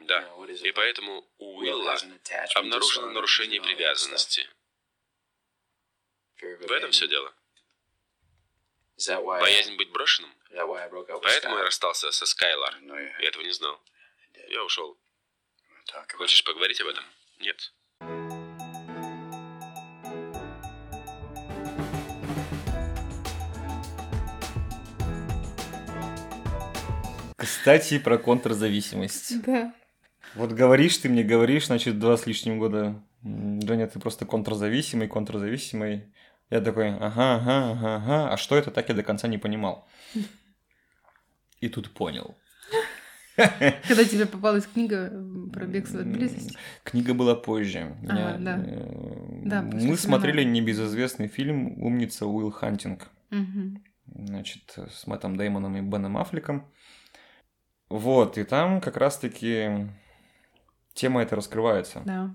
Да. И поэтому у Уилла обнаружено нарушение привязанности. В этом все дело. Боязнь быть брошенным? Поэтому я расстался со Скайлар. Я этого не знал. Я ушел. Хочешь поговорить об этом? Нет. Кстати, про контрзависимость. Да. Вот говоришь ты мне, говоришь, значит, два с лишним года. М, Женя, ты просто контрзависимый, контрзависимый. Я такой, ага, ага, ага, ага. А что это, так я до конца не понимал. И тут понял. Когда тебе попалась книга м, про бегство от М, близости. Книга была позже. Я, Ага, да. э, Да, после Мы фильма. смотрели небезызвестный фильм «Умница Уилл Хантинг». Мгм. значит, с Мэттом Деймоном и Беном Аффлеком. Вот, и там как раз-таки тема эта раскрывается. Да.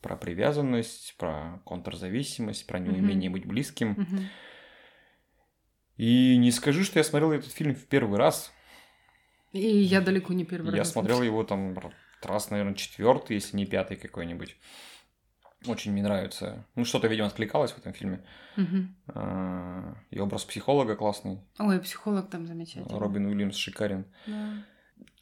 Про привязанность, про контрзависимость, про Мгм. неумение быть близким. Мгм. И не скажу, что я смотрел этот фильм в первый раз. И я далеко не первый раз. я смотрел его там р- раз, наверное, четвертый, если не пятый какой-нибудь. Очень мне нравится. Ну, что-то, видимо, откликалось в этом фильме. Мгм. А, И образ психолога классный. Ой, психолог там замечательный. Робин Уильямс шикарен. Да.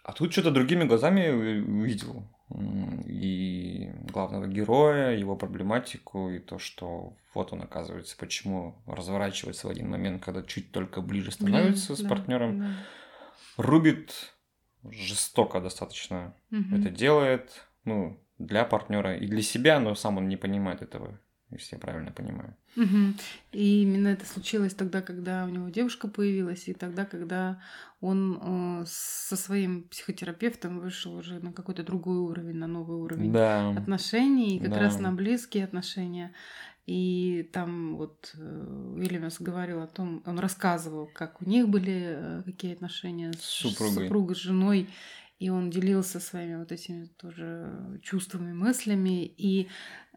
А тут что-то другими глазами у- увидел. М, И главного героя, его проблематику, и то, что вот он, оказывается, почему разворачивается в один момент, когда чуть только ближе становится с Да, партнером. да. Рубит жестоко достаточно Мгм. это делает, ну, для партнера и для себя, но сам он не понимает этого, если я правильно понимаю. Мгм. И именно это случилось тогда, когда у него девушка появилась, и тогда, когда он э, со своим психотерапевтом вышел уже на какой-то другой уровень, на новый уровень Да. отношений, и как Да. раз на близкие отношения. И там вот э, Уильямс говорил о том, он рассказывал, как у них были э, какие отношения с, С супругой. супругой, с женой, и он делился своими вот этими тоже чувствами, мыслями, и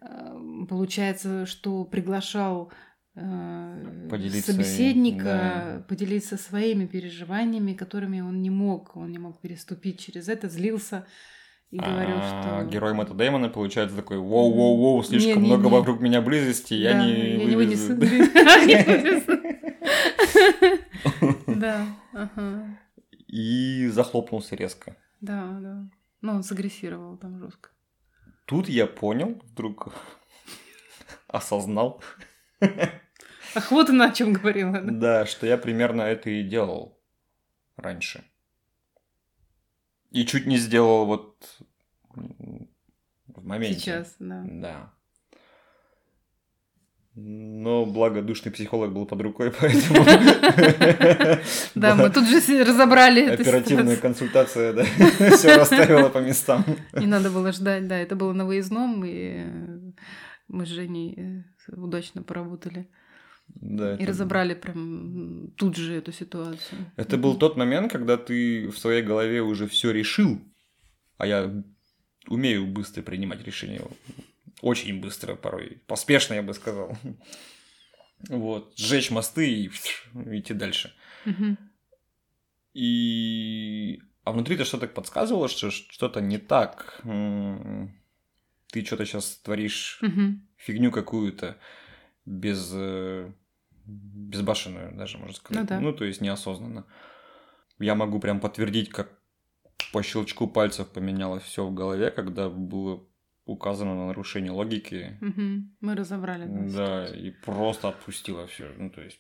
э, получается, что приглашал э, Поделиться и- собеседника да. поделиться своими переживаниями, которыми он не мог, он не мог переступить через это, злился и говорил, А что... Герой Мэтта Дэймона получается такой «Воу-воу-воу, слишком Не-не-не. много вокруг меня близости, я Да, не я не вывезу». вынесу. Не вынесу. Да, ага. И захлопнулся резко. Да, да. Ну, он сагрессировал там жестко. Тут я понял, вдруг осознал, Ах, вот она о чем говорила. да. да, что я примерно это и делал раньше. И чуть не сделал вот м, в моменте. Сейчас, да. Да. Но благо душный психолог был под рукой, поэтому... Да, была мы тут же с- разобрали эту Оперативная ситуацию. консультация, да, все расставила по местам. Не надо было ждать, да. Это было на выездном, и э, мы с Женей э, удачно поработали. Да, И это- разобрали прям м, тут же эту ситуацию. Это был тот момент, когда ты в своей голове уже все решил, а я умею быстро принимать решения, очень быстро порой, поспешно, я бы сказал. Вот, сжечь мосты и идти дальше. Мгм. И... А внутри-то что-то подсказывало, что что-то не так. М, Ты что-то сейчас творишь Мгм. фигню какую-то без э, безбашенную даже можно сказать. Ну да. то есть неосознанно. Я могу прям подтвердить, как по щелчку пальцев поменялось все в голове, когда было указано на нарушение логики. Мгм. Мы разобрали. эту Да, ситуацию. и просто отпустило все. Ну, то есть.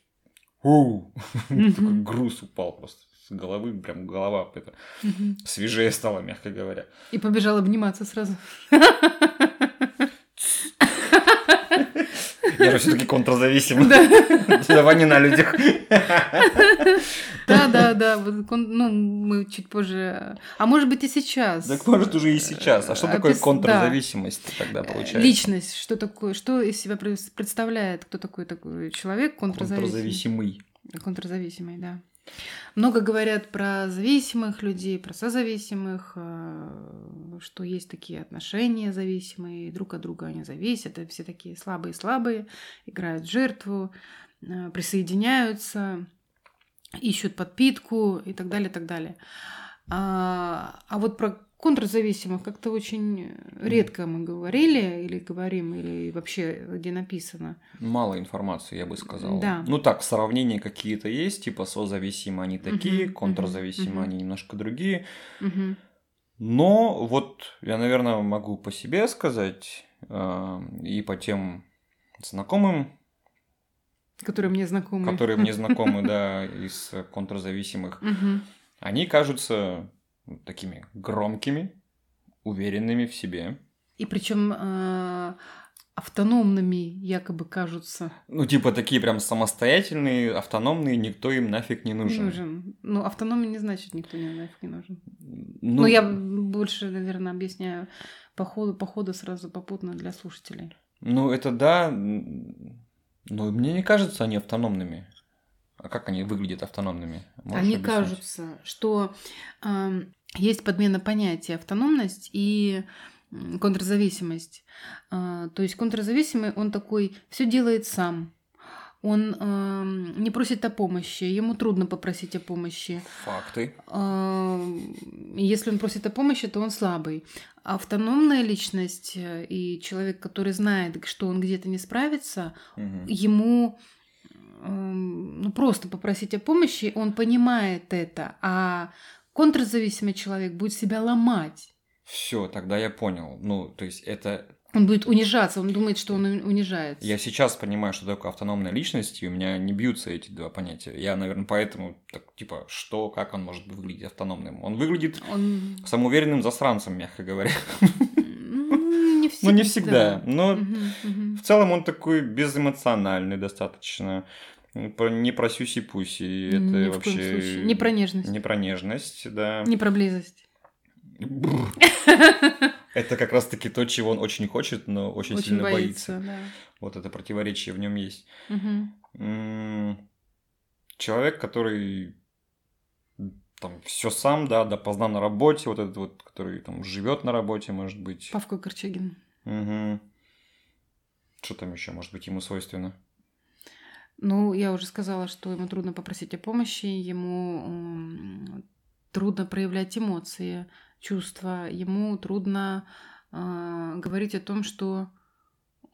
«Оу!» Такой Мгм. груз упал просто с головы, прям голова это, Мгм. свежее стала, мягко говоря. И побежал обниматься сразу. Я все-таки контрзависим. Да, Давай не на людях. да, да. да. Вот кон- Ну, мы чуть позже. А может быть и сейчас. Э, Так может уже и сейчас. А что такое Опис- да. Э, контрзависимость тогда получается? Личность, что такое, что из себя пред- представляет, кто такой такой человек, контрзависимый. Контрзависимый. Контрзависимый, да. Много говорят про зависимых людей, про созависимых, э, что есть такие отношения зависимые, друг от друга они зависят, и все такие слабые-слабые, играют в жертву, э, присоединяются, ищут подпитку и так далее, так далее. А, а вот про контрзависимых как-то очень редко мы говорили или говорим, или вообще где написано. Мало информации, я бы сказал. Да. Ну так, сравнения какие-то есть, типа созависимые они такие, Мгм, контрзависимые мгм, они немножко другие. Мгм. Но вот я, наверное, могу по себе сказать э, и по тем знакомым, Которые мне знакомы. которые мне знакомы, да, из э, контрзависимых, Мгм. они кажутся такими громкими, уверенными в себе. И причем автономными якобы кажутся. Ну, типа такие прям самостоятельные, автономные, никто им нафиг не Не нужен. нужен. Ну, автономия не значит, никто не нафиг не нужен. Ну, Ну, я больше, наверное, объясняю по ходу, по ходу сразу попутно для слушателей. ну, это да, м, но мне не кажется они автономными. А как они выглядят автономными? Можешь Они объяснить? кажутся, что э, есть подмена понятия автономность и м, контрзависимость. Э, то есть контрзависимый, он такой, все делает сам. Он эм, не просит о помощи, ему трудно попросить о помощи. Факты. Э, Если он просит о помощи, то он слабый. Автономная личность э, и человек, который знает, что он где-то не справится, Мгм. ему эм, ну, просто попросить о помощи, он понимает это, а контрзависимый человек будет себя ломать. Все, тогда я понял. Ну, то есть это... Он будет унижаться, он думает, что он у- унижается. Я сейчас понимаю, что такое автономная личность, и у меня не бьются эти два понятия. Я, наверное, поэтому, так, типа, что, как он может выглядеть автономным? Он выглядит Он самоуверенным засранцем, мягко говоря. м, не всегда. Ну, не всегда, но Мгм, мгм. В целом он такой безэмоциональный достаточно. Про- Не про сюси-пуси, это Ни в коем вообще... случае. Не про нежность, Не про нежность, да. не про близость. Бррр. Это как раз-таки то, чего он очень хочет, но очень, сильно боится. Вот это противоречие в нем есть. да. Мгм. М, Человек, который там все сам, да, допоздна на работе, вот этот вот, который там живет на работе, может быть. Павка Корчагин. Мгм. Что там еще, может быть, ему свойственно? Ну, я уже сказала, что ему трудно попросить о помощи, ему м, трудно проявлять эмоции, чувства, ему трудно а, говорить о том, что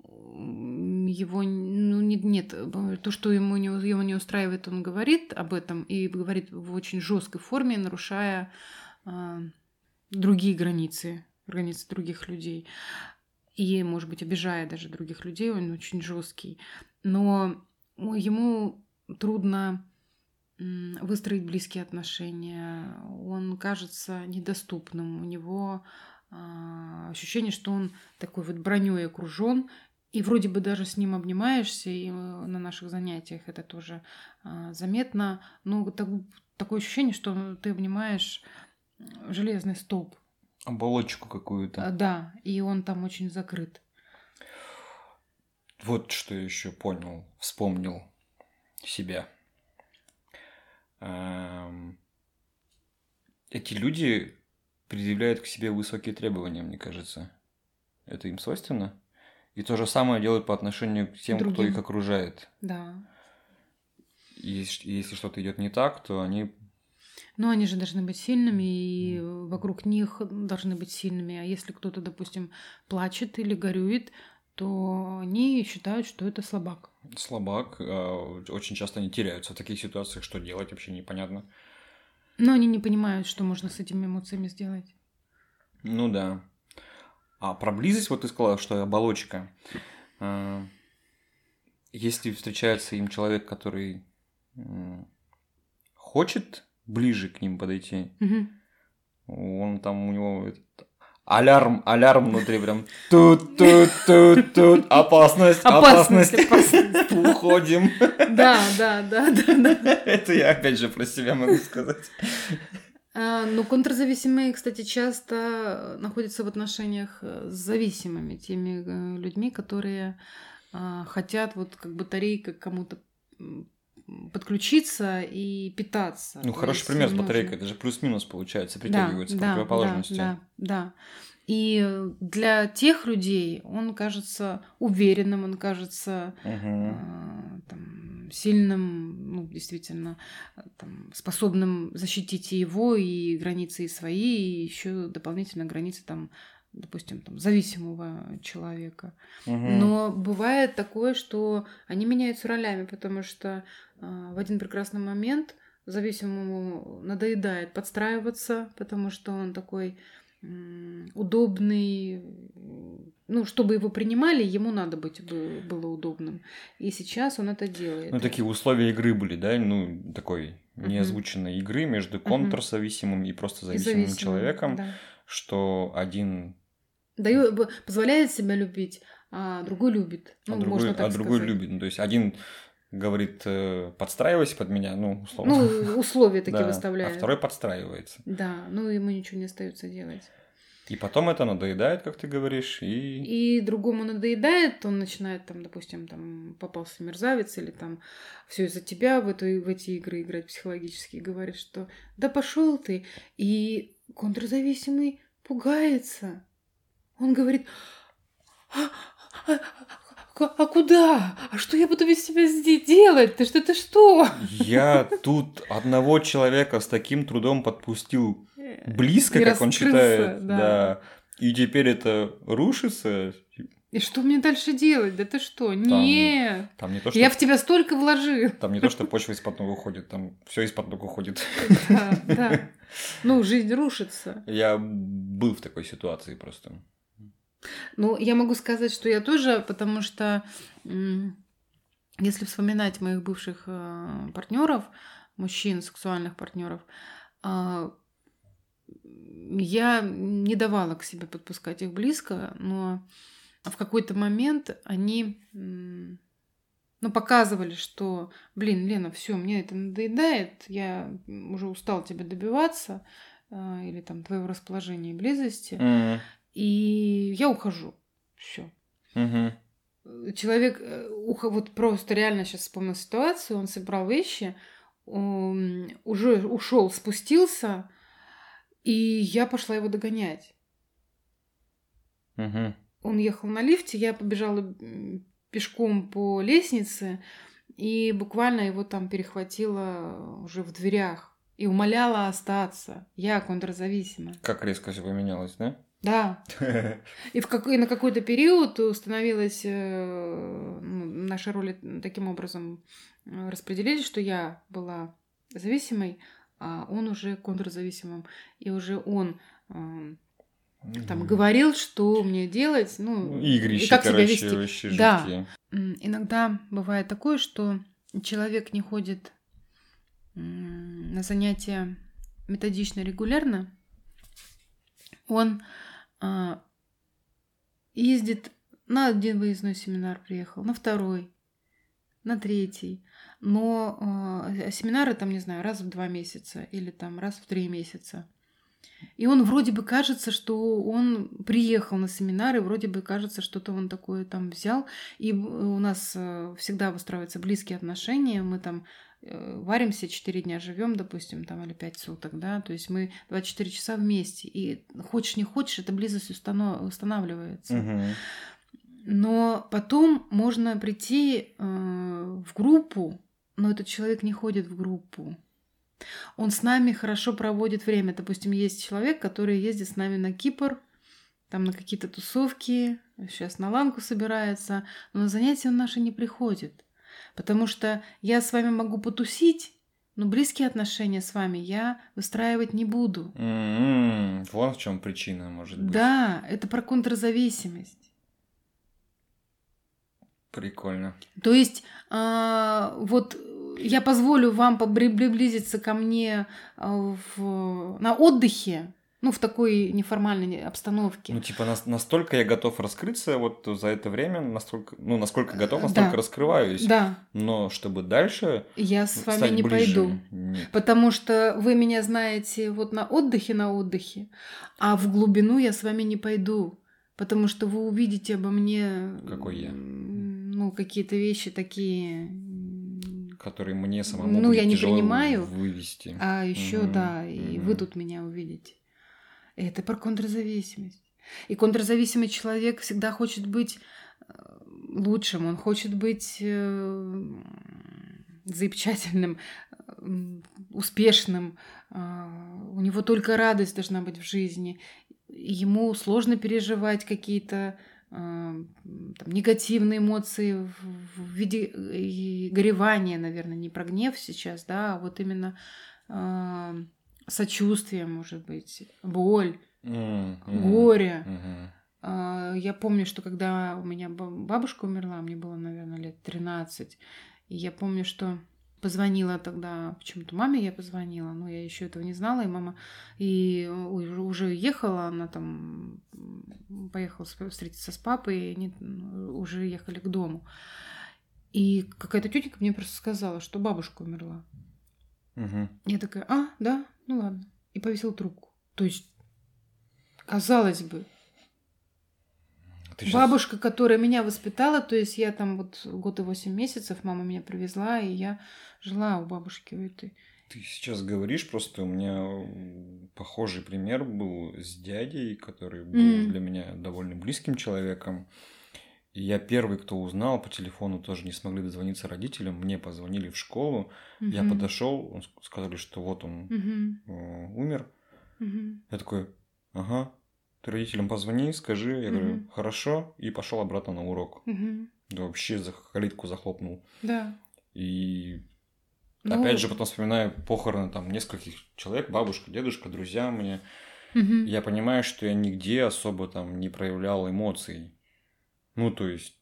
м, его н- ну, не- нет, э, то, что ему не, у- его не устраивает, он говорит об этом и говорит в очень жесткой форме, нарушая а, другие границы, границы других людей. И, может быть, обижая даже других людей, он очень жесткий. Но ну, ему трудно м, выстроить близкие отношения. Он кажется недоступным. У него а, ощущение, что он такой вот броней окружен. И вроде бы даже с ним обнимаешься, и э, на наших занятиях это тоже а, заметно. Но вот так- такое ощущение, что ты обнимаешь железный столб. Оболочку какую-то. А, Да, и он там очень закрыт. Вот что я еще понял, вспомнил себя. Эм, Эти люди предъявляют к себе высокие требования, мне кажется. Это им свойственно. И то же самое делают по отношению к тем, кто Другим. их окружает. Да. И Если, и если что-то идет не так, то они... Но они же должны быть сильными, и вокруг них должны быть сильными. А если кто-то, допустим, плачет или горюет, то они считают, что это слабак. Слабак. э, Очень часто они теряются в таких ситуациях, что делать вообще непонятно. Но они не понимают, что можно с этими эмоциями сделать. Ну да. А про близость, вот ты сказала, что оболочка. А, Если встречается им человек, который м, хочет ближе к ним подойти, Мгм. он там у него этот алярм, алярм внутри прям тут, тут, тут, тут, опасность, опасность, Опасность, опасность. уходим. Да, да, да, да, да. Это я опять же про себя могу сказать. А, Ну, контрзависимые, кстати, часто находятся в отношениях э, с зависимыми, теми э, людьми, которые а, хотят вот как батарейка к кому-то м, подключиться и питаться. Ну, То хороший есть пример с им нужно- батарейкой, это же плюс-минус получается, Да, притягиваются да, противоположности. Да, да, да. И э, для тех людей он кажется уверенным, он кажется Мгм. а, там, сильным, ну, действительно, там, способным защитить и его, и границы и свои, и еще дополнительно границы там допустим, там, зависимого человека. Угу. Но бывает такое, что они меняются ролями, потому что а, в один прекрасный момент зависимому надоедает подстраиваться, потому что он такой м, удобный, ну, чтобы его принимали, ему надо быть бы- было удобным. И сейчас он это делает. Ну, такие условия игры были, да? Ну, такой Мгм. неозвученной игры между Мгм. контрзависимым и просто И зависимым, зависимым, человеком, да. что один Даю- б- позволяет себя любить, а другой любит. а Ну, другой, можно так а другой сказать. любит. Ну, то есть один говорит, э, подстраивайся под меня, ну, условно. Ну, условия такие Да. выставляют. А второй подстраивается. Да, ну ему ничего не остается делать. И потом это надоедает, как ты говоришь, и... И другому надоедает, он начинает там, допустим, там попался мерзавец или там все из-за тебя в, эту, в эти игры играть психологически и говорит, что да пошел ты. И контрзависимый пугается. Он говорит, а, а- а- а куда? А что я буду без тебя здесь делать? Ты что, ты что? Я тут одного человека с таким трудом подпустил близко, Не как он раскрылся, считает, да. да. И теперь это рушится. И что мне дальше делать? Да ты что? Не, Там не то, что я в тебя столько вложил. Там не то, что почва из-под ног уходит, там все из-под ног уходит. Да, да. Ну, жизнь рушится. Я был в такой ситуации просто. Ну, я могу сказать, что я тоже, потому что м, если вспоминать моих бывших э, партнеров, мужчин, сексуальных партнеров, а, я не давала к себе подпускать их близко, но в какой-то момент они м, ну, показывали, что, блин, Лена, все, мне это надоедает, я уже устал тебя добиваться, э, или там твоего расположения и близости. Мгм. И я ухожу. Все. Мгм. Человек э, уха- вот просто реально сейчас вспомнил ситуацию, он собрал вещи, он уже ушел, спустился, и я пошла его догонять. Мгм. Он ехал на лифте, я побежала м, пешком по лестнице, и буквально его там перехватила уже в дверях и умоляла остаться. Я контрзависима. Как резко все поменялось, да? Да, И, в как- и на какой-то период становилась э, ну, наши роли таким образом э, распределились, что я была зависимой, а он уже контрзависимым. И уже он э, там говорил, что мне делать, ну, И игрищи, и как себя короче, вести. вообще Да. жуткие. М, Иногда бывает такое, что человек не ходит м, на занятия методично, регулярно. Он а, ездит на один выездной семинар приехал, на второй, на третий. Но а, семинары там, не знаю, раз в два месяца или там раз в три месяца. И он вроде бы кажется, что он приехал на семинары, вроде бы кажется, что-то он такое там взял. И б- у нас э, всегда выстраиваются близкие отношения. Мы там э, варимся, 4 дня живем, допустим, там, или 5 суток, да, то есть мы 24 часа вместе. И хочешь не хочешь, эта близость устано- устанавливается. Мгм. Но потом можно прийти э, в группу, но этот человек не ходит в группу. Он с нами хорошо проводит время. Допустим, есть человек, который ездит с нами на Кипр, там на какие-то тусовки, сейчас на ланку собирается, но на занятия он наши не приходит. Потому что я с вами могу потусить, но близкие отношения с вами я выстраивать не буду. М-м. Вон в чем причина, может быть. Да, это про контрзависимость. Прикольно. То есть а, вот э, я позволю вам побри- приблизиться ко мне а, в- на отдыхе, ну, в такой неформальной обстановке. Ну, типа, нас- настолько я готов раскрыться вот за это время, настолько, ну, насколько готов, Да. настолько раскрываюсь. да, Но чтобы дальше я с вами ну, стать не ближе, пойду. нет. Потому что вы меня знаете вот на отдыхе, на отдыхе, а в глубину я с вами не пойду. Потому что вы увидите обо мне... Какой я. м, Ну, какие-то вещи такие... м, Которые мне самому Ну, будет я не тяжело принимаю. вывести. А еще, Мгм, да, и мгм. вы тут меня увидите. Это про контрзависимость. И контрзависимый человек всегда хочет быть э, лучшим, он хочет быть э, заипчательным, э, успешным, А, у него только радость должна быть в жизни, ему сложно переживать какие-то э, там, негативные эмоции в виде э, горевания, наверное, не про гнев сейчас, да, а вот именно э, сочувствие, может быть, боль, Mm-hmm. горе. Мгм. А, Я помню, что когда у меня ба- бабушка умерла, мне было, наверное, лет 13, и я помню, что позвонила тогда, почему-то маме я позвонила, но я еще этого не знала, и мама и у- уже ехала, она там м, поехала с- встретиться с папой, и они м, уже ехали к дому. И какая-то тетенька мне просто сказала, что бабушка умерла. Мгм. Я такая, а, да, ну ладно. И повесила трубку. То есть, казалось бы, Ты щас- Бабушка, которая меня воспитала, то есть я там вот год и восемь месяцев, мама меня привезла, и я жила у бабушки у этой. Ты сейчас говоришь, просто у меня м, похожий пример был с дядей, который был Мгм. для меня довольно близким человеком. И я первый, кто узнал, по телефону тоже не смогли дозвониться родителям. Мне позвонили в школу, я Мгм. подошел, он ск- сказали, что вот он Мгм. э, умер. Мгм. Я такой, ага, ты родителям позвони, скажи. Я говорю, Мгм. хорошо, и пошел обратно на урок. Мгм. Да вообще за калитку захлопнул. Да. И Ну, опять же, потом вспоминаю похороны там нескольких человек, бабушка, дедушка, друзья мне. мгм. Я понимаю, что я нигде особо там не проявлял эмоций. Ну, то есть,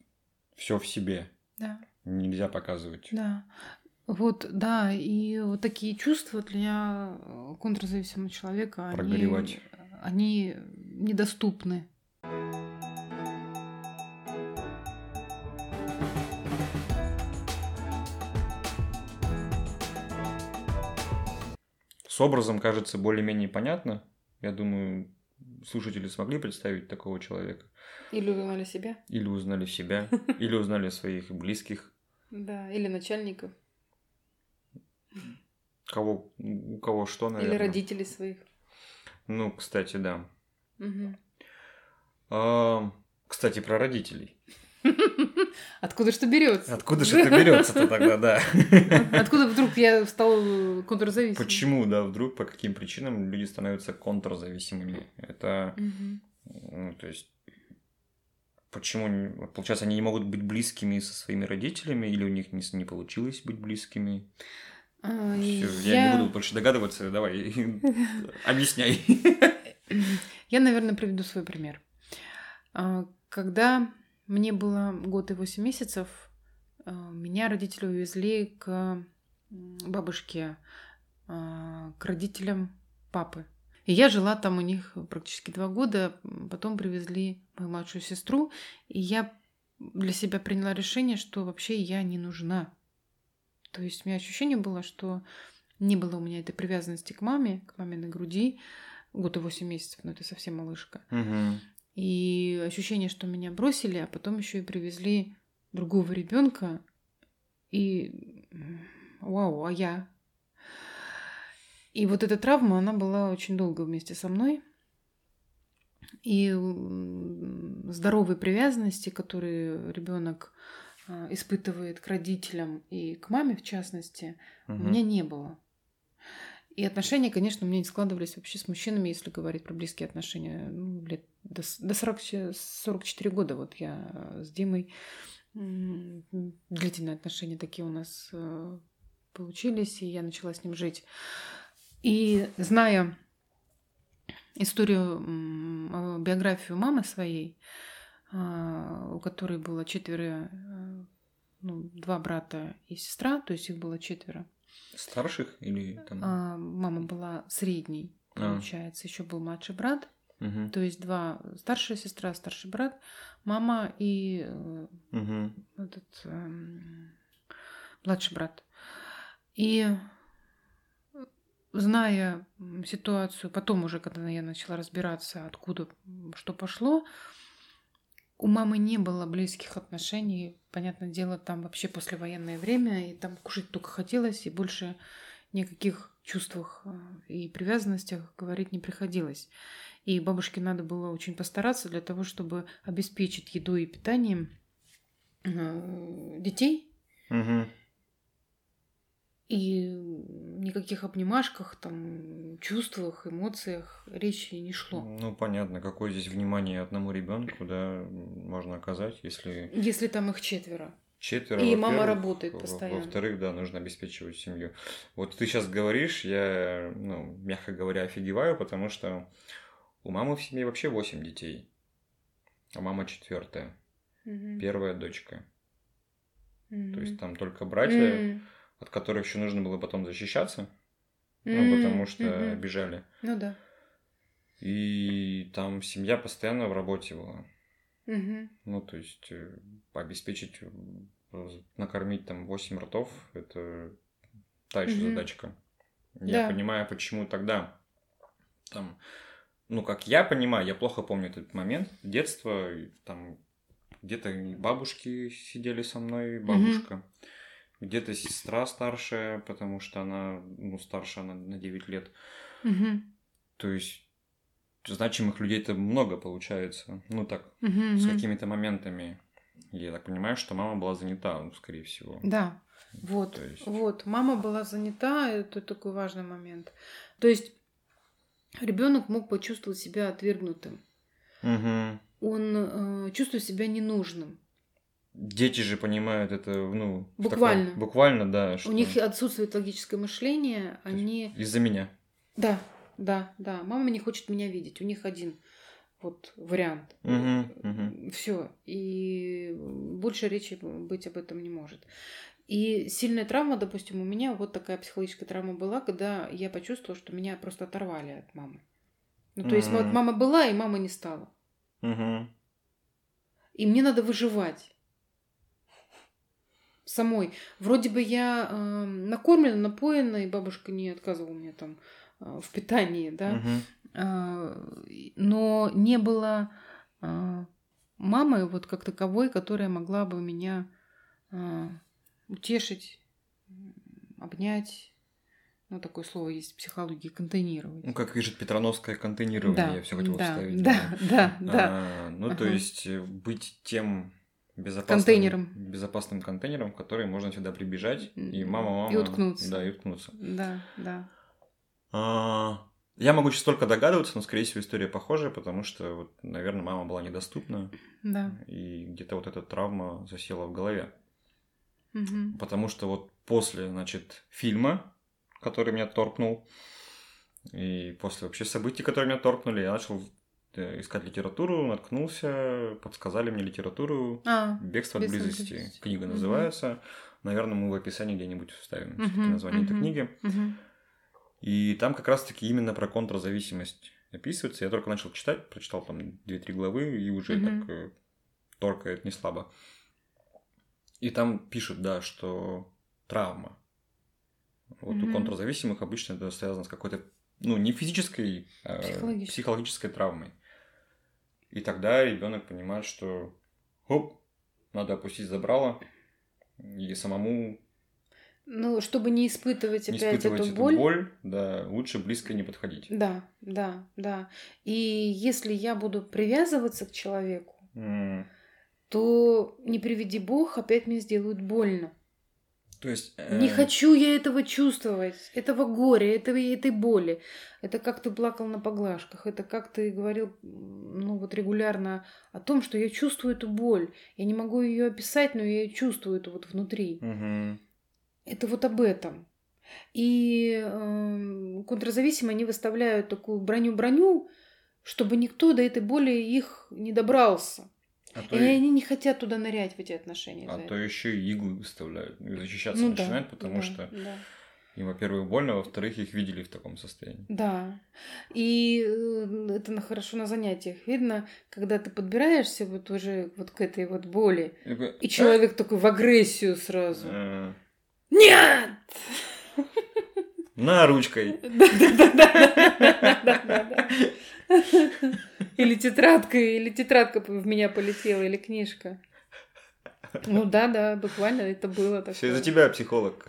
все в себе. Да, Нельзя показывать. да. Вот, да, и вот такие чувства для э, контрзависимого человека, они- Прогоревать. они недоступны. С образом, кажется, более-менее понятно. Я думаю, слушатели смогли представить такого человека. Или узнали себя. Или узнали себя, или узнали своих близких. Да, или начальников, Кого, у кого что, наверное. родителей своих. Ну, кстати, да. А, кстати, про родителей. Откуда что берется? Откуда же это берется-то тогда, да? Откуда вдруг я стал контрзависимым? Почему, да, вдруг, по каким причинам люди становятся контрзависимыми? Это, Мгм. ну, то есть, почему, не- вот получается, они не могут быть близкими со своими родителями, или у них не, с- не получилось быть близкими? А, Всё, я... я... не буду больше догадываться, давай, объясняй. Я, наверное, приведу свой пример. А, Когда мне было год и восемь месяцев, а, меня родители увезли к м, бабушке, а, к родителям папы. И я жила там у них практически два года. М, Потом привезли мою младшую сестру, и я для себя приняла решение, что вообще я не нужна. То есть у меня ощущение было, что не было у меня этой привязанности к маме, к маминой груди. Год и восемь месяцев, но это совсем малышка. Мгм. И ощущение, что меня бросили, а потом еще и привезли другого ребенка. И м, вау, а я? И вот эта травма, она была очень долго вместе со мной. И м, здоровой привязанности, которые ребенок а, испытывает к родителям и к маме в частности, у Мгм. меня не было. И отношения, конечно, у меня не складывались вообще с мужчинами, если говорить про близкие отношения. Ну, лет до, с- до 40, че- 44 года вот я э, с Димой. м, Длительные отношения такие у нас э, получились, и я начала с ним жить. И зная историю, м, э, биографию мамы своей, а, у которой было четверо, э, ну, два брата и сестра, то есть их было четверо, Старших или там? а, мама была средней, А. получается, еще был младший брат, Мгм. то есть два старшая сестра, старший брат, мама и э, Мгм. этот эм, младший брат. И э, зная м, ситуацию, потом уже, когда я начала разбираться, откуда м, что пошло, у мамы не было близких отношений. Понятное дело, там вообще послевоенное время, и там кушать только хотелось, и больше никаких чувствах э, и привязанностях говорить не приходилось. И бабушке надо было очень постараться для того, чтобы обеспечить едой и питанием э, детей Мгм. И никаких обнимашках, там, чувствах, эмоциях речи не шло. Ну, понятно, какое здесь внимание одному ребенку, да, можно оказать, если Если там их четверо. четверо. И мама во-первых, работает во- постоянно. Во-вторых, да, нужно обеспечивать семью. Вот ты сейчас говоришь, я, ну, мягко говоря, офигеваю, потому что у мамы в семье вообще восемь детей, а мама четвертая, Мгм. первая дочка. То есть Мгм. там только братья, М. от которых еще нужно было потом защищаться, ну, потому М, что мгм. обижали. Ну да. И там семья постоянно в работе была. Мгм. Ну, то есть э, обеспечить, э, накормить там 8 ртов, это та еще Мгм. задачка. Я Да. понимаю, почему тогда там, ну, как я понимаю, я плохо помню этот момент, детство, и там где-то бабушки сидели со мной, бабушка. Где-то сестра старшая, потому что она, ну, старше она на 9 лет. Мгм. То есть значимых людей-то много получается. Ну, так, Мгм. с Мгм. какими-то моментами. Я так понимаю, что мама была занята, ну, скорее всего. Да, вот, То есть- вот. Мама была занята, это такой важный момент. То есть ребенок мог почувствовать себя отвергнутым. Мгм. Он э, чувствует себя ненужным. Дети же понимают это, ну... в таком- Буквально. буквально, да. что У них отсутствует логическое мышление. есть- Они, Из-за меня. да, да, да. Мама не хочет меня видеть. У них один вот вариант. Мгм, мгм. Все. И больше речи быть об этом не может. И сильная травма, допустим, у меня вот такая психологическая травма была, когда я почувствовала, что меня просто оторвали от мамы. Ну, то есть Мгм. вот мама была, и мама не стала. Мгм. И мне надо выживать. Самой. Вроде бы я э, накормлена, напоена, и бабушка не отказывала мне там э, в питании, да. Мгм. А, и- но не было а, мамы вот как таковой, которая могла бы меня а, утешить, м, обнять. Ну, такое слово есть в психологии, контейнировать. Ну, как пишет Петрановская, контейнирование, я все хотел да, вставить. Да, да, да. А, ну, то Ага. есть э, быть тем безопасным Контейнером. безопасным контейнером, в который можно всегда прибежать и М, мама и мама уткнуться. да и уткнуться. Да, да. А, Я могу сейчас только догадываться, но, скорее всего, история похожая, потому что, вот, наверное, мама была недоступна, Да. и где-то вот эта травма засела в голове. Мгм. Потому что вот после, значит, фильма, который меня торкнул, и после вообще событий, которые меня торкнули, я начал э, искать литературу, наткнулся, подсказали мне литературу А, «Бегство от «Бегство от близости». близости. Книга Мгм. называется. Наверное, мы в описании где-нибудь вставим всё-таки Мгм, название этой мгм. книги. мгм. И там как раз-таки именно про контрзависимость описывается. Я только начал читать, прочитал там 2-3 главы и уже Мгм. так э, торкает не слабо. И там пишут, да, что травма. Вот у Мгм. контрзависимых обычно это связано с какой-то, ну, не физической, а Психологической. психологической травмой. И тогда ребенок понимает, что хоп, надо опустить забрало и самому Ну, чтобы не испытывать не опять испытывать эту боль, да, лучше близко не подходить. Да, да, да. И если я буду привязываться к человеку, М. то не приведи бог, опять мне сделают больно. То есть... Не э, хочу я этого чувствовать, этого горя, этого, этой боли. Это как ты плакал на поглажках, это как ты говорил м, ну, вот регулярно о том, что я чувствую эту боль. Я не могу ее описать, но я ее чувствую это вот внутри. мгм. Это вот об этом. И эм, контрзависимые, они выставляют такую броню-броню, чтобы никто до этой боли их не добрался. А то, И и- они Э, не хотят туда нырять в эти отношения. а из-за то этого. еще и иглы выставляют. И защищаться Ну да, начинают, потому да, что да. им, во-первых, больно, а во-вторых, их видели в таком состоянии. Да. И э, это на- хорошо на занятиях видно, когда ты подбираешься вот уже вот к этой вот боли, И такой, и человек такой в агрессию сразу. «Э, Нет! На Ну, ручкой. Да-да-да-да-да-да-да-да. Или тетрадка, или тетрадка в меня полетела, или книжка. Ну да, да, буквально это было так. Все из-за тебя, психолог.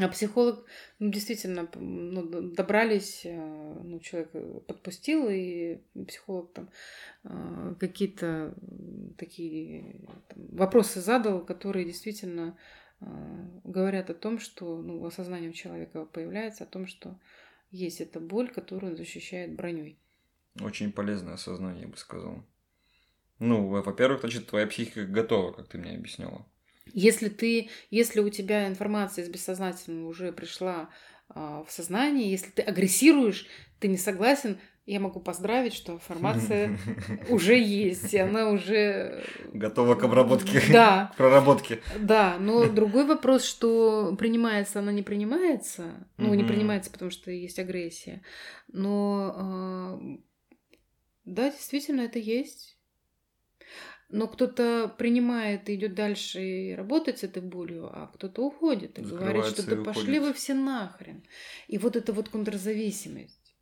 А психолог, ну, действительно, п- ну, д- добрались, э, ну, человек э, подпустил, и психолог там э, какие-то м, такие там, вопросы задал, которые действительно э, говорят о том, что ну, осознание у человека появляется, о том, что есть эта боль, которую он защищает броней. Очень полезное осознание, я бы сказал. Ну, во-первых, значит, твоя психика готова, как ты мне объяснила. Если ты, если у тебя информация из бессознательного уже пришла э, в сознание, если ты агрессируешь, ты не согласен, я могу поздравить, что информация уже есть, и она уже... Готова к обработке. Да. К проработке. Да, но другой вопрос, что принимается она не принимается, ну, не принимается, потому что есть агрессия, но э, да, действительно, это есть. Но кто-то принимает и идет дальше и работает с этой болью, а кто-то уходит и говорит, что да пошли вы все нахрен. И вот это вот контрзависимость.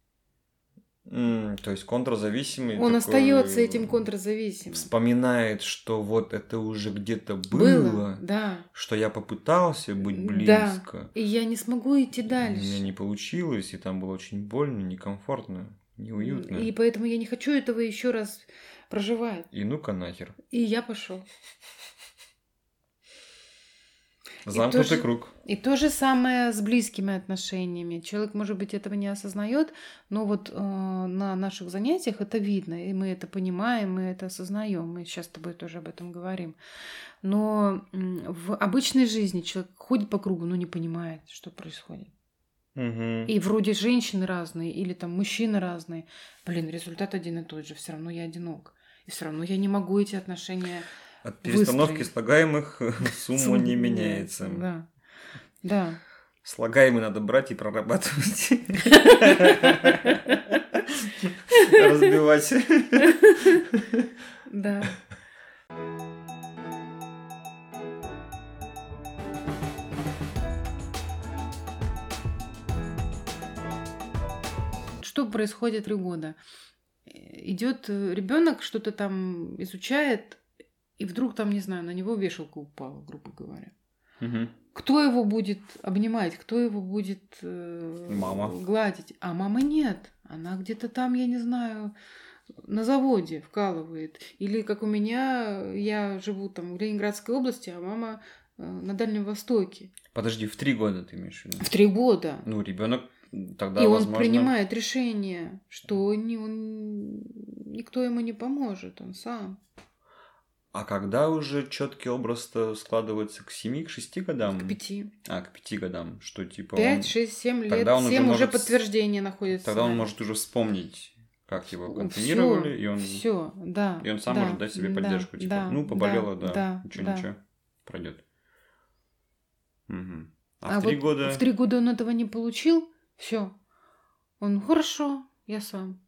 Mm, то есть контрзависимый. Он такой, остается этим контрзависимым. Вспоминает, что вот это уже где-то было, было, да. что я попытался быть близко. Да. И я не смогу идти дальше. У меня не получилось, и там было очень больно, некомфортно, неуютно. И поэтому я не хочу этого еще раз проживать. И ну-ка нахер. И я пошел. Замкнутый и круг. Же, и то же самое с близкими отношениями. Человек, может быть, этого не осознает, но вот э, на наших занятиях это видно, и мы это понимаем, мы это осознаем. Мы сейчас с тобой тоже об этом говорим. Но в обычной жизни человек ходит по кругу, но не понимает, что происходит. Угу. И вроде женщины разные, или там мужчины разные. Блин, результат один и тот же. Все равно я одинок. И все равно я не могу эти отношения от перестановки Выстроить. слагаемых э, сумма, сумма не меняется. Да. Да. Слагаемые надо брать и прорабатывать. Разбивать. Да. Что происходит три года? Идет ребенок, что-то там изучает, и вдруг там, не знаю, на него вешалка упала, грубо говоря. Угу. Кто его будет обнимать, кто его будет э, мама. гладить? А мамы нет. Она где-то там, я не знаю, на заводе вкалывает. Или как у меня, я живу там в Ленинградской области, а мама э, на Дальнем Востоке. Подожди, в три года ты имеешь в виду? В три года. Ну, ребенок тогда. И возможно... он принимает решение, что не, он, никто ему не поможет, он сам. А когда уже четкий образ складывается к 7, к 6 годам? К 5. А, к 5 годам, что типа... 5, он... 6, 7 лет, Тогда он 7 уже, может... подтверждение находится. Тогда он может уже вспомнить, как его контролировали, всё, и он... Все, да. И он сам да, может дать себе поддержку, да, типа, да, ну, поболело, да, да ничего, да. ничего, пройдет. Угу. А, а в 3 вот года... В 3 года он этого не получил, все. Он, хорошо, я сам.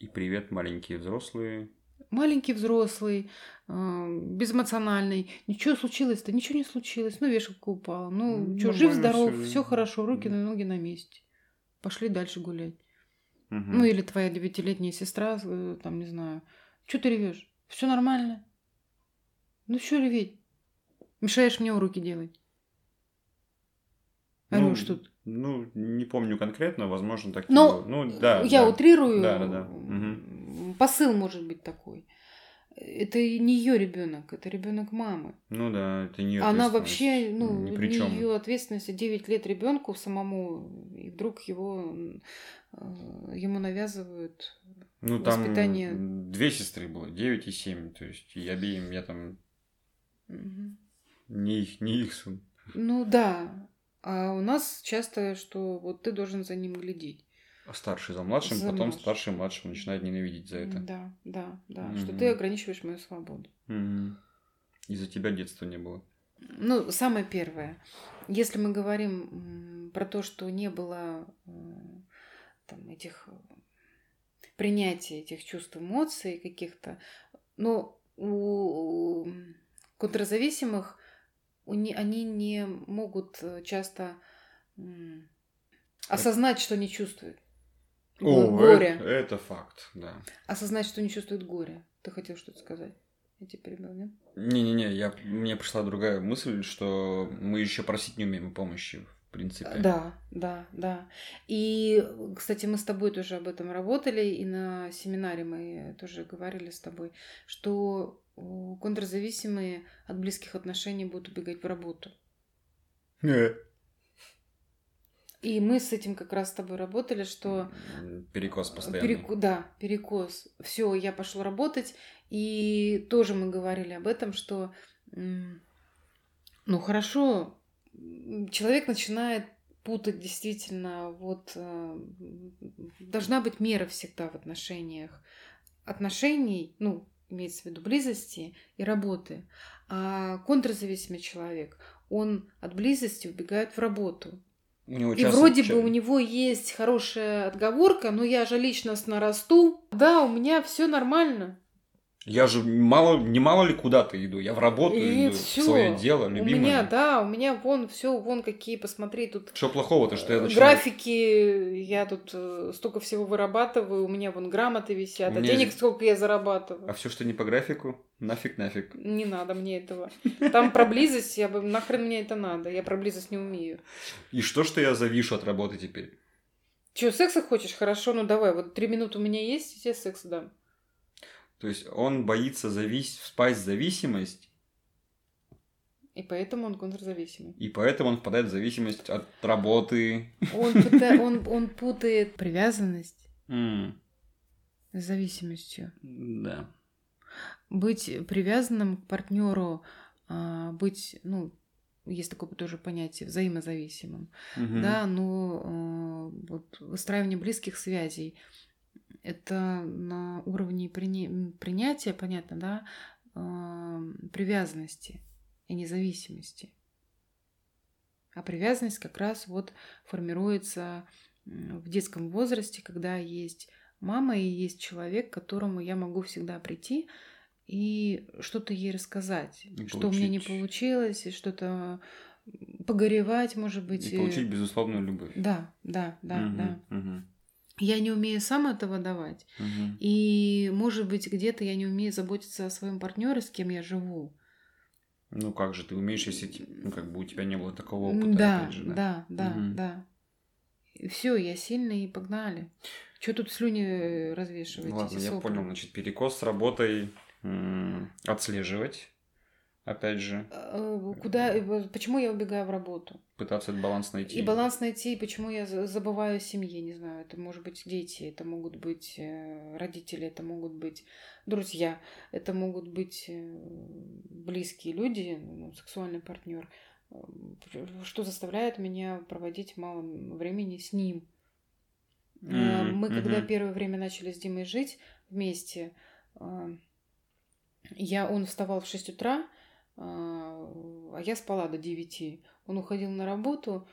И привет, маленькие взрослые. Маленький взрослый, э, безэмоциональный. Ничего случилось-то, ничего не случилось. Ну, вешалка упала. Ну, ну что, жив, здоров, все, все хорошо, руки на ноги на месте. Пошли дальше гулять. Угу. Ну, или твоя девятилетняя сестра, э, там, не знаю. Что ты ревешь? Все нормально. Ну, что реветь? Мешаешь мне уроки делать. Орешь ну, тут. Ну, не помню конкретно, возможно, так Но Ну, да. Я да. утрирую. Да, да, да. Угу. Посыл может быть такой. Это не ее ребенок, это ребенок мамы. Ну да, это не ее Она вообще, ну, не ее ответственность 9 лет ребенку самому, и вдруг его э, ему навязывают ну, там воспитание. Две сестры было, 9 и 7. То есть и обеим я там угу. не, их, не их сын. Ну да. А у нас часто, что вот ты должен за ним глядеть. А Старший за младшим, За потом младшим. старший младшего начинает ненавидеть за это. Да, да, да. Что Мгм. ты ограничиваешь мою свободу. Мгм. Из-за тебя детства не было. Ну, самое первое. Если мы говорим м, про то, что не было м, там, этих э, принятия этих чувств, эмоций каких-то, но у у контрзависимых у не- они не могут э, часто м, осознать, что не чувствуют го- Это, горе. это факт, да. Осознать, что не чувствуют горе. Ты хотел что-то сказать? Я тебя перебила, нет? Не-не-не, я, мне пришла другая мысль, что мы еще просить не умеем помощи, в принципе. Да, да, да. И, кстати, мы с тобой тоже об этом работали, и на семинаре мы тоже говорили с тобой, что э, контрзависимые от близких отношений будут убегать в работу. Э, И мы с этим как раз с тобой работали, что Перекос постоянно. переку- да, перекос. Все, я пошел работать. И тоже мы говорили об этом, что м, ну хорошо, м, человек начинает путать действительно, вот э, м, должна быть мера всегда в отношениях. Отношений, ну, имеется в виду близости и работы. А контрзависимый человек, он от близости убегает в работу. У него И часто- вроде ча- бы у него есть хорошая отговорка, но я же личностно расту. Да, у меня все нормально. Я же мало, не мало ли куда-то иду, я в работу И иду, в всё. свое дело, любимое. У меня, да, у меня вон все, вон какие, посмотри, тут э, Что плохого-то, что я начинаю... графики, я тут э, столько всего вырабатываю, у меня вон грамоты висят, У а меня денег есть- сколько я А зарабатываю. все, что не по графику, нафиг, нафиг. Не надо мне этого. Там про близость, я бы нахрен мне это надо, я про близость не умею. И что, что я завишу от работы теперь? Че, секса хочешь? Хорошо, ну давай, вот три минуты у меня есть, и тебе секс дам. То есть он боится завис... впасть в зависимость, И поэтому он контрзависимый. и поэтому он впадает в зависимость от работы. Он, пыта- он, он путает привязанность с зависимостью. Да. Быть привязанным к партнеру, а, быть, ну, есть такое тоже понятие, взаимозависимым. Да, но э, вот выстраивание близких связей это на уровне прини- м, принятия, понятно, да, э, привязанности и независимости. А привязанность как раз вот формируется м, в детском возрасте, когда есть мама и есть человек, к которому я могу всегда прийти и что-то ей рассказать, И что у меня не получить- получилось, и что-то погоревать, может быть. И э, получить безусловную любовь. Да, да, да, Мгм, да. мгм, Я не умею сам этого давать. мгм. И, может быть, где-то я не умею заботиться о своем партнере, с кем я живу. Ну как же, ты умеешь, если ти- ну, как бы у тебя не было такого М, опыта. да, опять же, да, да, Мгм. да. Все, я сильная и погнали. Че тут слюни развешиваете? Ну ладно, и я сопли? Э, понял, значит, перекос с работой м, отслеживать, опять же, Э, Куда, э, почему я убегаю в работу? пытаться этот баланс найти. И баланс найти, и почему я за- забываю о семье, не знаю, это может быть дети, это могут быть э, родители, это могут быть друзья, это могут быть э, близкие люди, ну, сексуальный партнер, что заставляет меня проводить мало времени с ним. Э, Мгм, Мы когда мгм. первое время начали с Димой жить вместе, э, я, он вставал в 6 утра, э, а а я спала до 9. Он уходил на работу,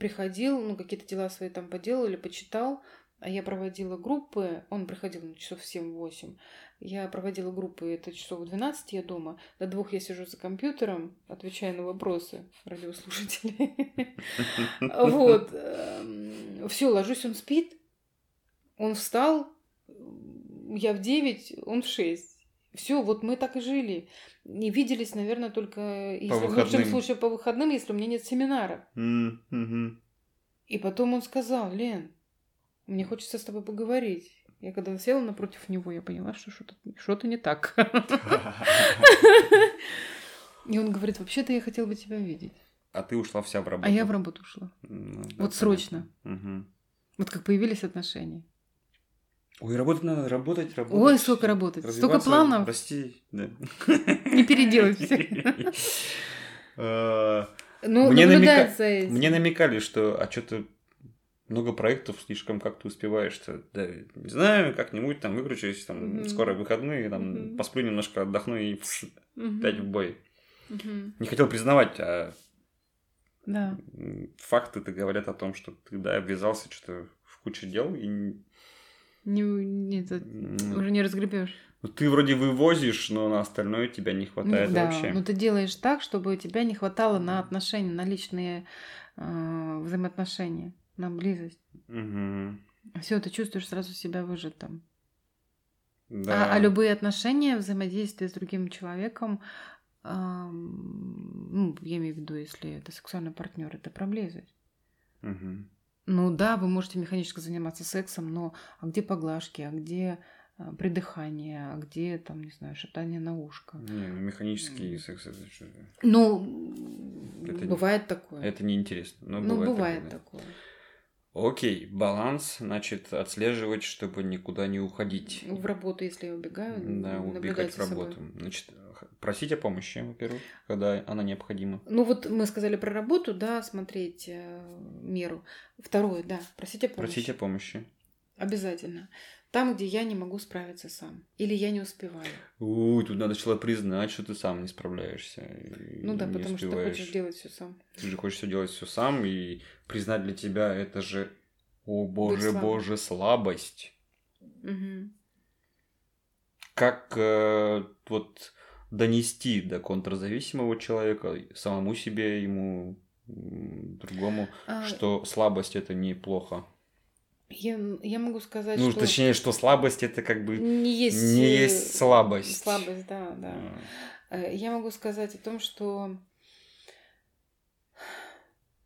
приходил, ну, какие-то дела свои там поделал или почитал, а я проводила группы, он приходил ну, часов в 7-8, я проводила группы, это часов в 12 я дома, до двух я сижу за компьютером, отвечаю на вопросы радиослушателей. Вот. Все, ложусь, он спит. Он встал, я в 9, он в 6. Все, вот мы так и жили. Не виделись, наверное, только если, в лучшем выходным. случае по выходным, если у меня нет семинара. М, мгм. И потом он сказал, Лен, мне хочется с тобой поговорить. Я когда села напротив него, я поняла, что что-то, что-то не так. И он говорит, вообще-то я хотел бы тебя видеть. А ты ушла вся в работу. А я в работу ушла. Ну, да, Вот понятно. срочно. Мгм. Вот как появились отношения. Ой, работать надо, работать, работать. Ой, сколько работать, столько Развиваться, планов. Расти, да. Не переделать всех. Э, Ну, Мне наблюдать за этим. Мне намекали, что а что ты много проектов слишком как ты успеваешь то да, не знаю, как-нибудь там выкручусь, там Мгм. скоро выходные, там Мгм. посплю немножко, отдохну и пш, Мгм. опять в бой. Мгм. Не хотел признавать, а Да. м, факты-то говорят о том, что ты да, обвязался что-то в кучу дел и н- Не, не, это м, уже не разгребешь. ну, ты вроде вывозишь, но на остальное тебя не хватает Ну, да, вообще. но ты делаешь так, чтобы тебя не хватало на отношения, на личные э, взаимоотношения, на близость. Мгм. Все, ты чувствуешь сразу себя выжатым. Да. А, а любые отношения, взаимодействие с другим человеком, эм, ну, я имею в виду, если это сексуальный партнер, это про близость. Угу. Ну да, вы можете механически заниматься сексом, но а где поглажки, а где а, придыхание, а где там, не знаю, шептание на ушко? Не, ну механический mm. секс это что Ну, это бывает не, такое. Это неинтересно. Но ну, бывает, бывает такое. такое. Окей, баланс, значит, отслеживать, чтобы никуда не уходить. Ну, В работу, если я убегаю. Да, убегать в работу. Собой. Значит, просить о помощи, во-первых, когда она необходима. Ну вот мы сказали про работу, да, смотреть э, меру. Второе, да, просить о помощи. Просить о помощи. Обязательно. Там, где я не могу справиться сам. Или я не успеваю. Уй, тут надо человек признать, что ты сам не справляешься. Ну да, потому успеваешь. что ты хочешь делать все сам. Ты же хочешь все делать все сам, и признать для тебя это же, о боже, боже, слабость. Угу. Как э, вот донести до контрзависимого человека, самому себе, ему, другому, а... что слабость это неплохо. Я, я могу сказать, ну, что... Ну, точнее, что слабость это как бы... Не есть... э, Не есть слабость. Слабость, да, да. А. Я могу сказать о том, что...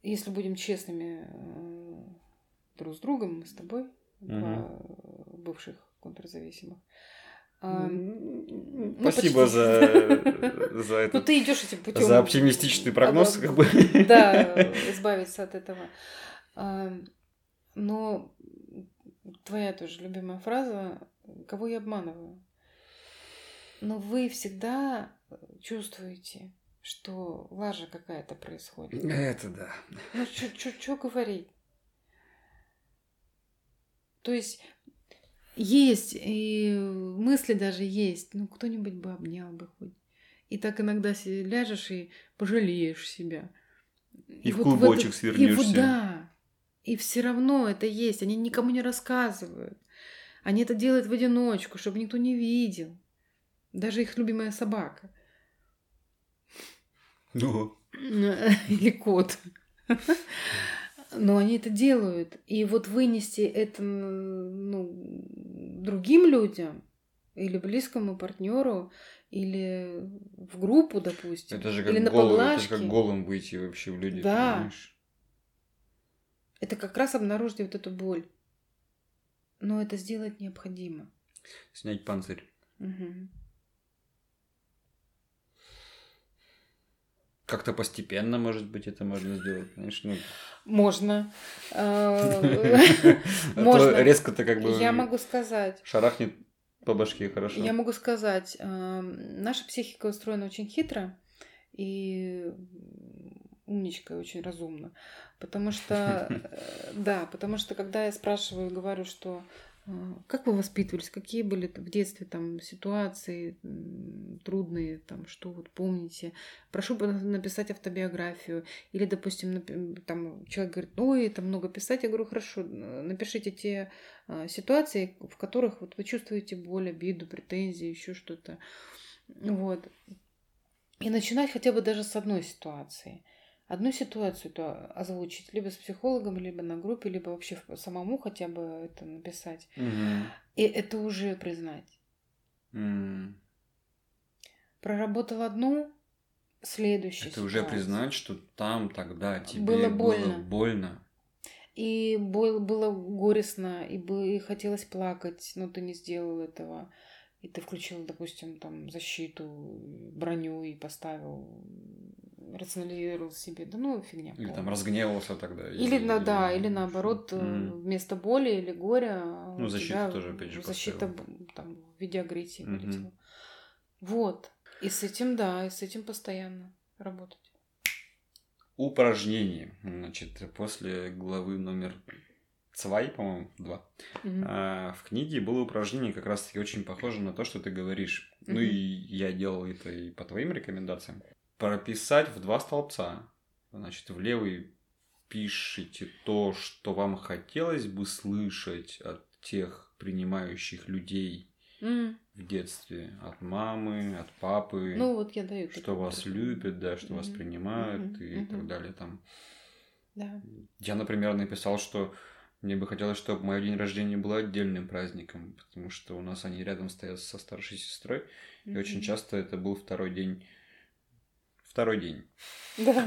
Если будем честными э, друг с другом, мы с тобой, угу. два бывших контрзависимых, эм, а, ну, Спасибо почти. за, за это. Ну, ты идешь этим путем. За оптимистичный прогноз, как бы. Да, избавиться от этого. Но твоя тоже любимая фраза «Кого я обманываю?» Но вы всегда чувствуете, что лажа какая-то происходит. Это да. Ну, что говорить? То есть есть, и мысли даже есть. Ну, кто-нибудь бы обнял бы хоть. И так иногда ляжешь и пожалеешь себя. И, и в вот клубочек вот, свернешься. И вот, да, и все равно это есть. Они никому не рассказывают. Они это делают в одиночку, чтобы никто не видел. Даже их любимая собака. Ну. Или кот. Но они это делают. И вот вынести это ну, другим людям или близкому партнеру, или в группу, допустим, это же или на голым, поглажке. Это же как голым выйти вообще в люди, да. понимаешь? это как раз обнаружить вот эту боль. Но это сделать необходимо. Снять панцирь. Угу. Как-то постепенно, может быть, это можно сделать, знаешь, ну... Можно. Можно. А Резко-то как бы... Э, Я могу сказать... Шарахнет по башке хорошо. Я могу сказать, эм, наша психика устроена очень хитро, и умничка и очень разумно. Потому что, э, да, потому что когда я спрашиваю, говорю, что э, как вы воспитывались, какие были в детстве там ситуации трудные, там что вот помните, прошу написать автобиографию, или, допустим, там человек говорит, ой, там много писать, я говорю, хорошо, напишите те а, ситуации, в которых вот вы чувствуете боль, обиду, претензии, еще что-то. Вот. И начинать хотя бы даже с одной ситуации – одну ситуацию то озвучить, либо с психологом, либо на группе, либо вообще самому хотя бы это написать. Угу. И это уже признать. Mm. Проработал одну, следующую. Это ситуацию. А уже признать, что там тогда тебе было больно. Было больно. И бол, было горестно, и, бы, и хотелось плакать, но ты не сделал этого. И ты включил, допустим, там защиту, броню и поставил рационализировал себе, да ну фигня. Или там разгневался тогда. Или, или, на, или да, или наоборот, mm. вместо боли или горя. Ну, защита тебя, тоже, опять же, Защита поставил. там, в виде агрессии mm-hmm. полетела. Вот. И с этим, да, и с этим постоянно работать. Упражнение. Значит, после главы номер Цвай, по-моему, два. Mm-hmm. А, в книге было упражнение, как раз-таки очень похоже на то, что ты говоришь. Mm-hmm. Ну и я делал это и по твоим рекомендациям прописать в два столбца. Значит, в левый пишите то, что вам хотелось бы слышать от тех принимающих людей mm. в детстве, от мамы, от папы. Ну вот я даю. Что вас пример. любят, да, что mm-hmm. вас принимают mm-hmm. и mm-hmm. так далее там. Да. Я, например, написал, что мне бы хотелось, чтобы мой день рождения был отдельным праздником, потому что у нас они рядом стоят со старшей сестрой, mm-hmm. и очень часто это был второй день второй день. Да.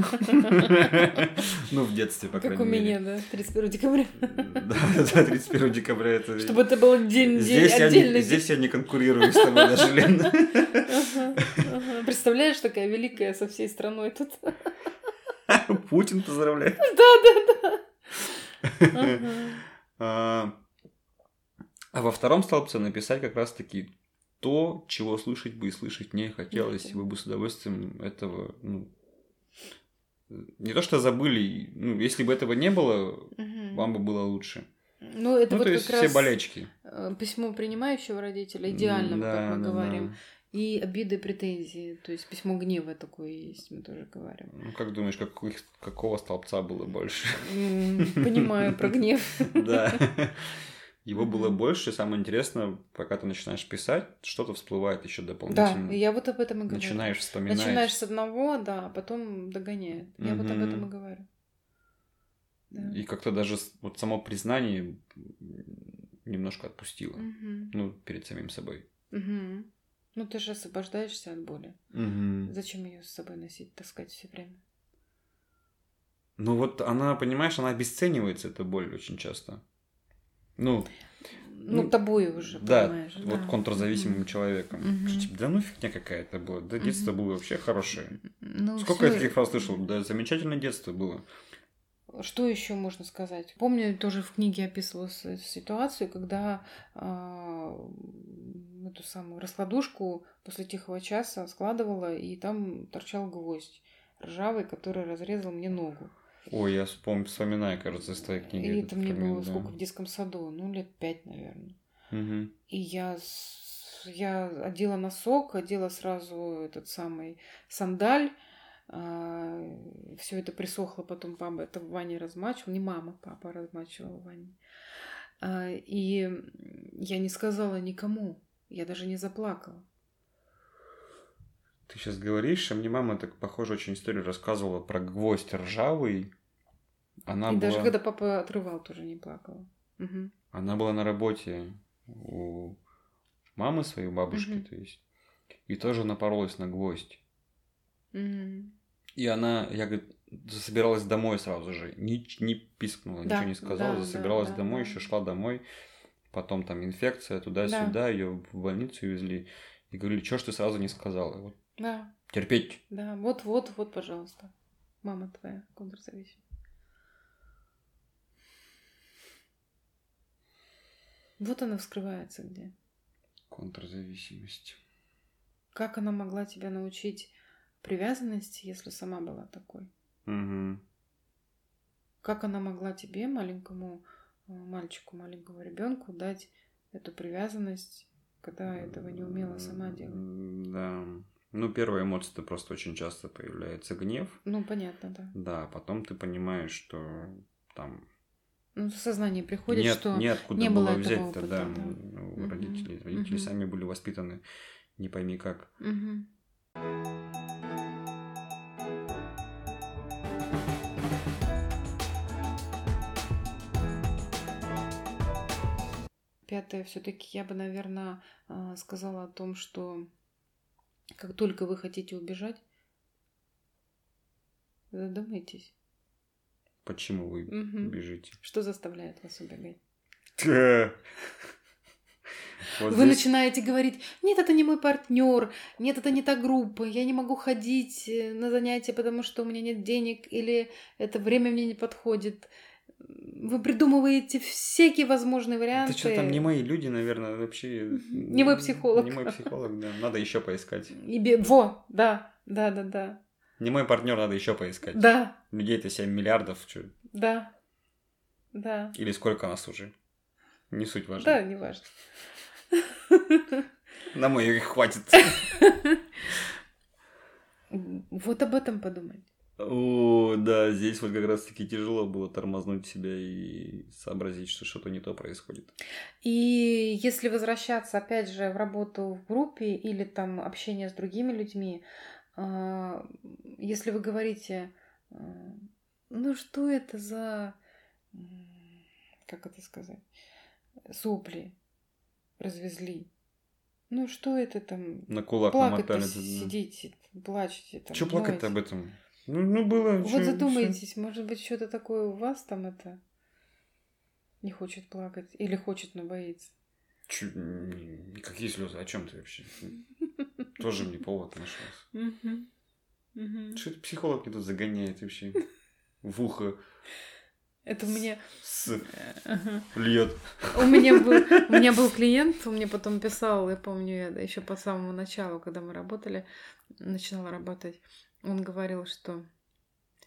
Ну, в детстве, по Как крайней у мере. меня, да, 31 декабря. Да, да, 31 декабря это... Чтобы это был день, день здесь, я не, отдельный. здесь я не конкурирую с тобой даже, Лен. Ага, ага. Представляешь, такая великая со всей страной тут. Путин поздравляет. Ага. А а во втором столбце написать как раз-таки то, чего слышать бы и слышать не хотелось, и вы бы с удовольствием этого, ну, не то что забыли, ну, если бы этого не было, Мгм. вам бы было лучше. Ну, это ну, то вот как есть раз все болельщики. э, письмо принимающего родителя, идеального, как мы говорим. И обиды, претензии, то есть письмо гнева такое есть, мы тоже говорим. Ну, как думаешь, каких- какого столбца было больше? М, Понимаю про гнев. Да. Его было Мгм. больше, и самое интересное, пока ты начинаешь писать, что-то всплывает еще Да, дополнительно. я вот об этом и говорю. Начинаешь вспоминать. Начинаешь с одного, да, а потом догоняет. Я вот об этом и Мгм. говорю. Да. И как-то даже с- вот само признание немножко отпустило. Мгм. Ну, перед самим собой. Мгм. Ну ты же освобождаешься от боли. Зачем ее с собой носить, таскать все время? Ну вот она, понимаешь, она обесценивается, эта боль очень часто. Ну, Ну, Ну, тобой уже, да, понимаешь. вот да. контрзависимым Мгм. человеком. Мгм. Что, типа, да ну фигня какая-то была. Да детство было вообще хорошее. Ну, Сколько я всё- таких фраз слышал? Да замечательное детство было. Что еще можно сказать? Помню, тоже в книге описывалась э- ситуацию, когда а, м, эту самую раскладушку после тихого часа складывала, и там торчал гвоздь ржавый, который разрезал мне ногу. Ой, я вспом- вспоминаю, кажется, из твоей книги. и этот это мне было фрагмент, да. сколько в детском саду? Ну, лет пять, наверное. Мгм. И я, с- я одела носок, одела сразу этот самый сандаль. все это присохло, потом папа это в ванне размачивал. Не мама, папа размачивал в ванне. А, и я не сказала никому. Я даже не заплакала. Ты сейчас говоришь, а мне мама так, похоже, очень историю рассказывала про гвоздь ржавый. Она, и была, даже когда папа отрывал, тоже не плакала. Мгм. она была на работе у мамы своей бабушки, Мгм. то есть, и тоже напоролась на гвоздь. Мгм. И она, я говорит, засобиралась домой сразу же, не, не пискнула, Да, ничего не сказала, да, засобиралась да, да, домой, да. еще шла домой. Потом там инфекция туда-сюда, ее в больницу везли. И говорили, что ж ты сразу не сказала? Вот Да, терпеть. да. Вот, вот, вот, пожалуйста. Мама твоя, контрзависимая. Вот она вскрывается где. Контрзависимость. Как она могла тебя научить привязанности, если сама была такой? Угу. Как она могла тебе, маленькому э, мальчику, маленькому ребенку, дать эту привязанность, когда этого не умела сама делать? М, Да. Ну, первая эмоция-то просто очень часто появляется гнев. Ну, понятно, да. Да, потом ты понимаешь, что там Ну, сознание приходит, нет, что... неоткуда не было было этого взять-то, опыта, да. да. Ну, Мгм, Родители, родители мгм. сами были воспитаны, не пойми как. Мгм. Пятое, все-таки я бы, наверное, сказала о том, что как только вы хотите убежать, задумайтесь, Почему вы Мгм. бежите? что заставляет вас убегать. Вот вы здесь- начинаете говорить, нет, это не мой партнер, нет, это не та группа, я не могу ходить э, на занятия, потому что у меня нет денег, или это время мне не подходит. Вы придумываете всякие возможные Да варианты. что там не мои люди, наверное, вообще. Не мой психолог. Не мой психолог, да. Надо еще поискать. И бе- Во, да, да, да, да, Не мой партнер, надо еще поискать. да, Людей-то 7 миллиардов, чё. да, да, Или сколько нас уже? Не суть важно. да, не важно. На мой их хватит. Вот об этом подумать. О, да, здесь вот как раз-таки тяжело было тормознуть себя и сообразить, что что-то не то происходит. И если возвращаться, опять же, в работу в группе или там общение с другими людьми, а, если вы говорите, а, ну что это за, м, как это сказать, сопли развезли, Ну что это там? На кулак Плакать-то намотали. с- сидите, плачете там. Че плакать-то ноете. об этом? Ну, ну было. Вот чё- задумайтесь, может быть, что-то такое у вас там это не хочет плакать или хочет, но боится. чё- чё- м, Какие слезы? О чем ты вообще? Тоже мне повод нашелся. Мгм. Мгм. Что это психолог меня тут загоняет вообще? В ухо Это у меня... с Ага. льет. У меня был, у меня был клиент, он мне потом писал, я помню, я еще по самому началу, когда мы работали, начинала работать, он говорил, что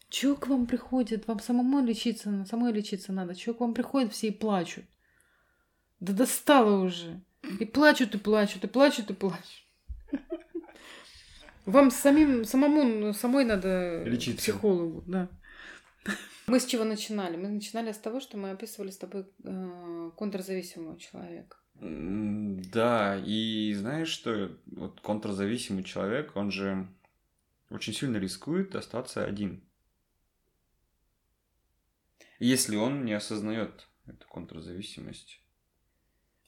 чё к вам приходит, вам самому лечиться, на- самой лечиться надо, чё к вам приходят, все и плачут. Да достало уже. И плачут, и плачут, и плачут, и плачут. Вам самим, самому, ну, самой надо Лечиться. к психологу, да. Мы с чего начинали? Мы начинали с того, что мы описывали с тобой э, контрзависимого человека. М, Да, и знаешь, что вот контрзависимый человек, он же очень сильно рискует остаться один. Если он не осознает эту контрзависимость.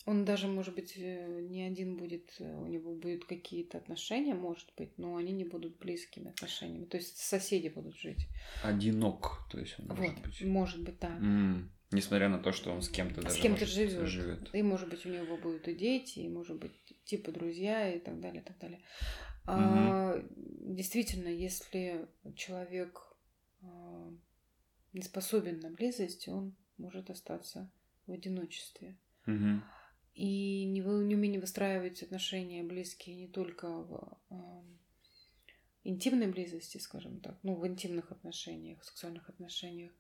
Он даже, может быть, э, не один будет, э, у него будут какие-то отношения, может быть, но они не будут близкими отношениями. То есть соседи будут жить. Одинок, то есть он может вот, быть. может быть, да. М, Несмотря на то, что он с кем-то даже С кем-то может, живет. живет. И, может быть, у него будут и дети, и, может быть, типа друзья, и так далее, и так далее. А, действительно, если человек а, не способен на близость, он может остаться в одиночестве. Мгм. и не вы- неумение выстраивать отношения близкие не только в эм, интимной близости, скажем так, ну, в интимных отношениях, в сексуальных отношениях.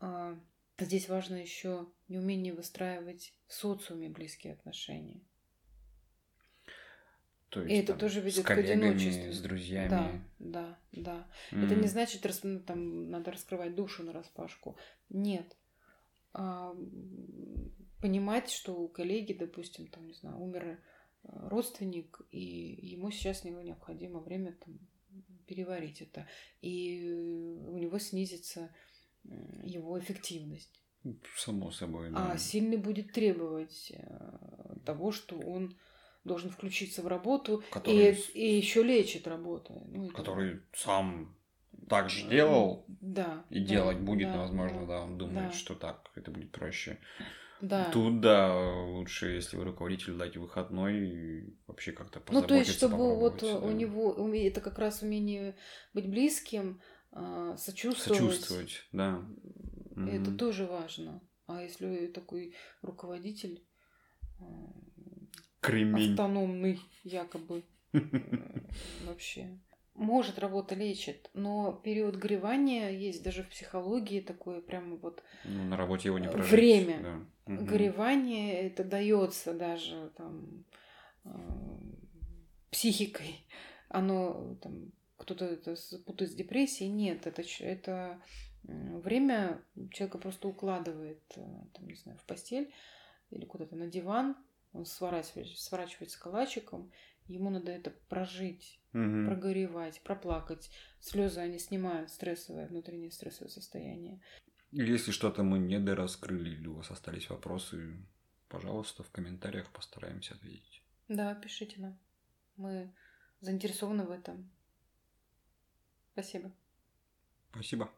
А здесь важно еще неумение выстраивать в социуме близкие отношения. То И это там, тоже с ведет к коллегами, одиночеству. с друзьями. Да, да, да. Это М. не значит, рас- ну, там надо раскрывать душу на распашку. Нет. А, м, понимать, что у коллеги, допустим, там, не знаю, умер э, родственник, и ему сейчас него необходимо время там, переварить это. И э, у него снизится м, его эффективность. Само собой, да. А сильный будет требовать э, того, что он должен включиться в работу Который и, с- и еще лечит работу. Ну, и так который сам так же делал Да. и да, делать будет, да, возможно, да, он думает, да. что так это будет проще. Да. Тут, да, лучше, если вы руководитель, дать выходной и вообще как-то ну, то позаботиться, есть, чтобы вот попробовать, э, у да, него уме- это как раз умение быть близким, а, сочувствовать. сочувствовать, да. И Это Мгм. тоже важно. А если такой руководитель а, Кремень. автономный, якобы, э, вообще. Может, работа лечит, но период горевания есть даже в психологии такое прямо вот Ну, на работе его не э, прожить. время. да. Мгм. горевание это дается даже там эм, психикой. Оно там кто-то это с- путает с депрессией. Нет, это, ч- это м, время человека просто укладывает, э, там, не знаю, в постель или куда-то на диван, он сворачивается, сворачивается калачиком, ему надо это прожить, Мгм. прогоревать, проплакать. Слезы, они снимают стрессовое, внутреннее стрессовое состояние. Если что-то мы недораскрыли или у вас остались вопросы, пожалуйста, в комментариях постараемся ответить. Да, пишите нам. Мы заинтересованы в этом. Спасибо. Спасибо.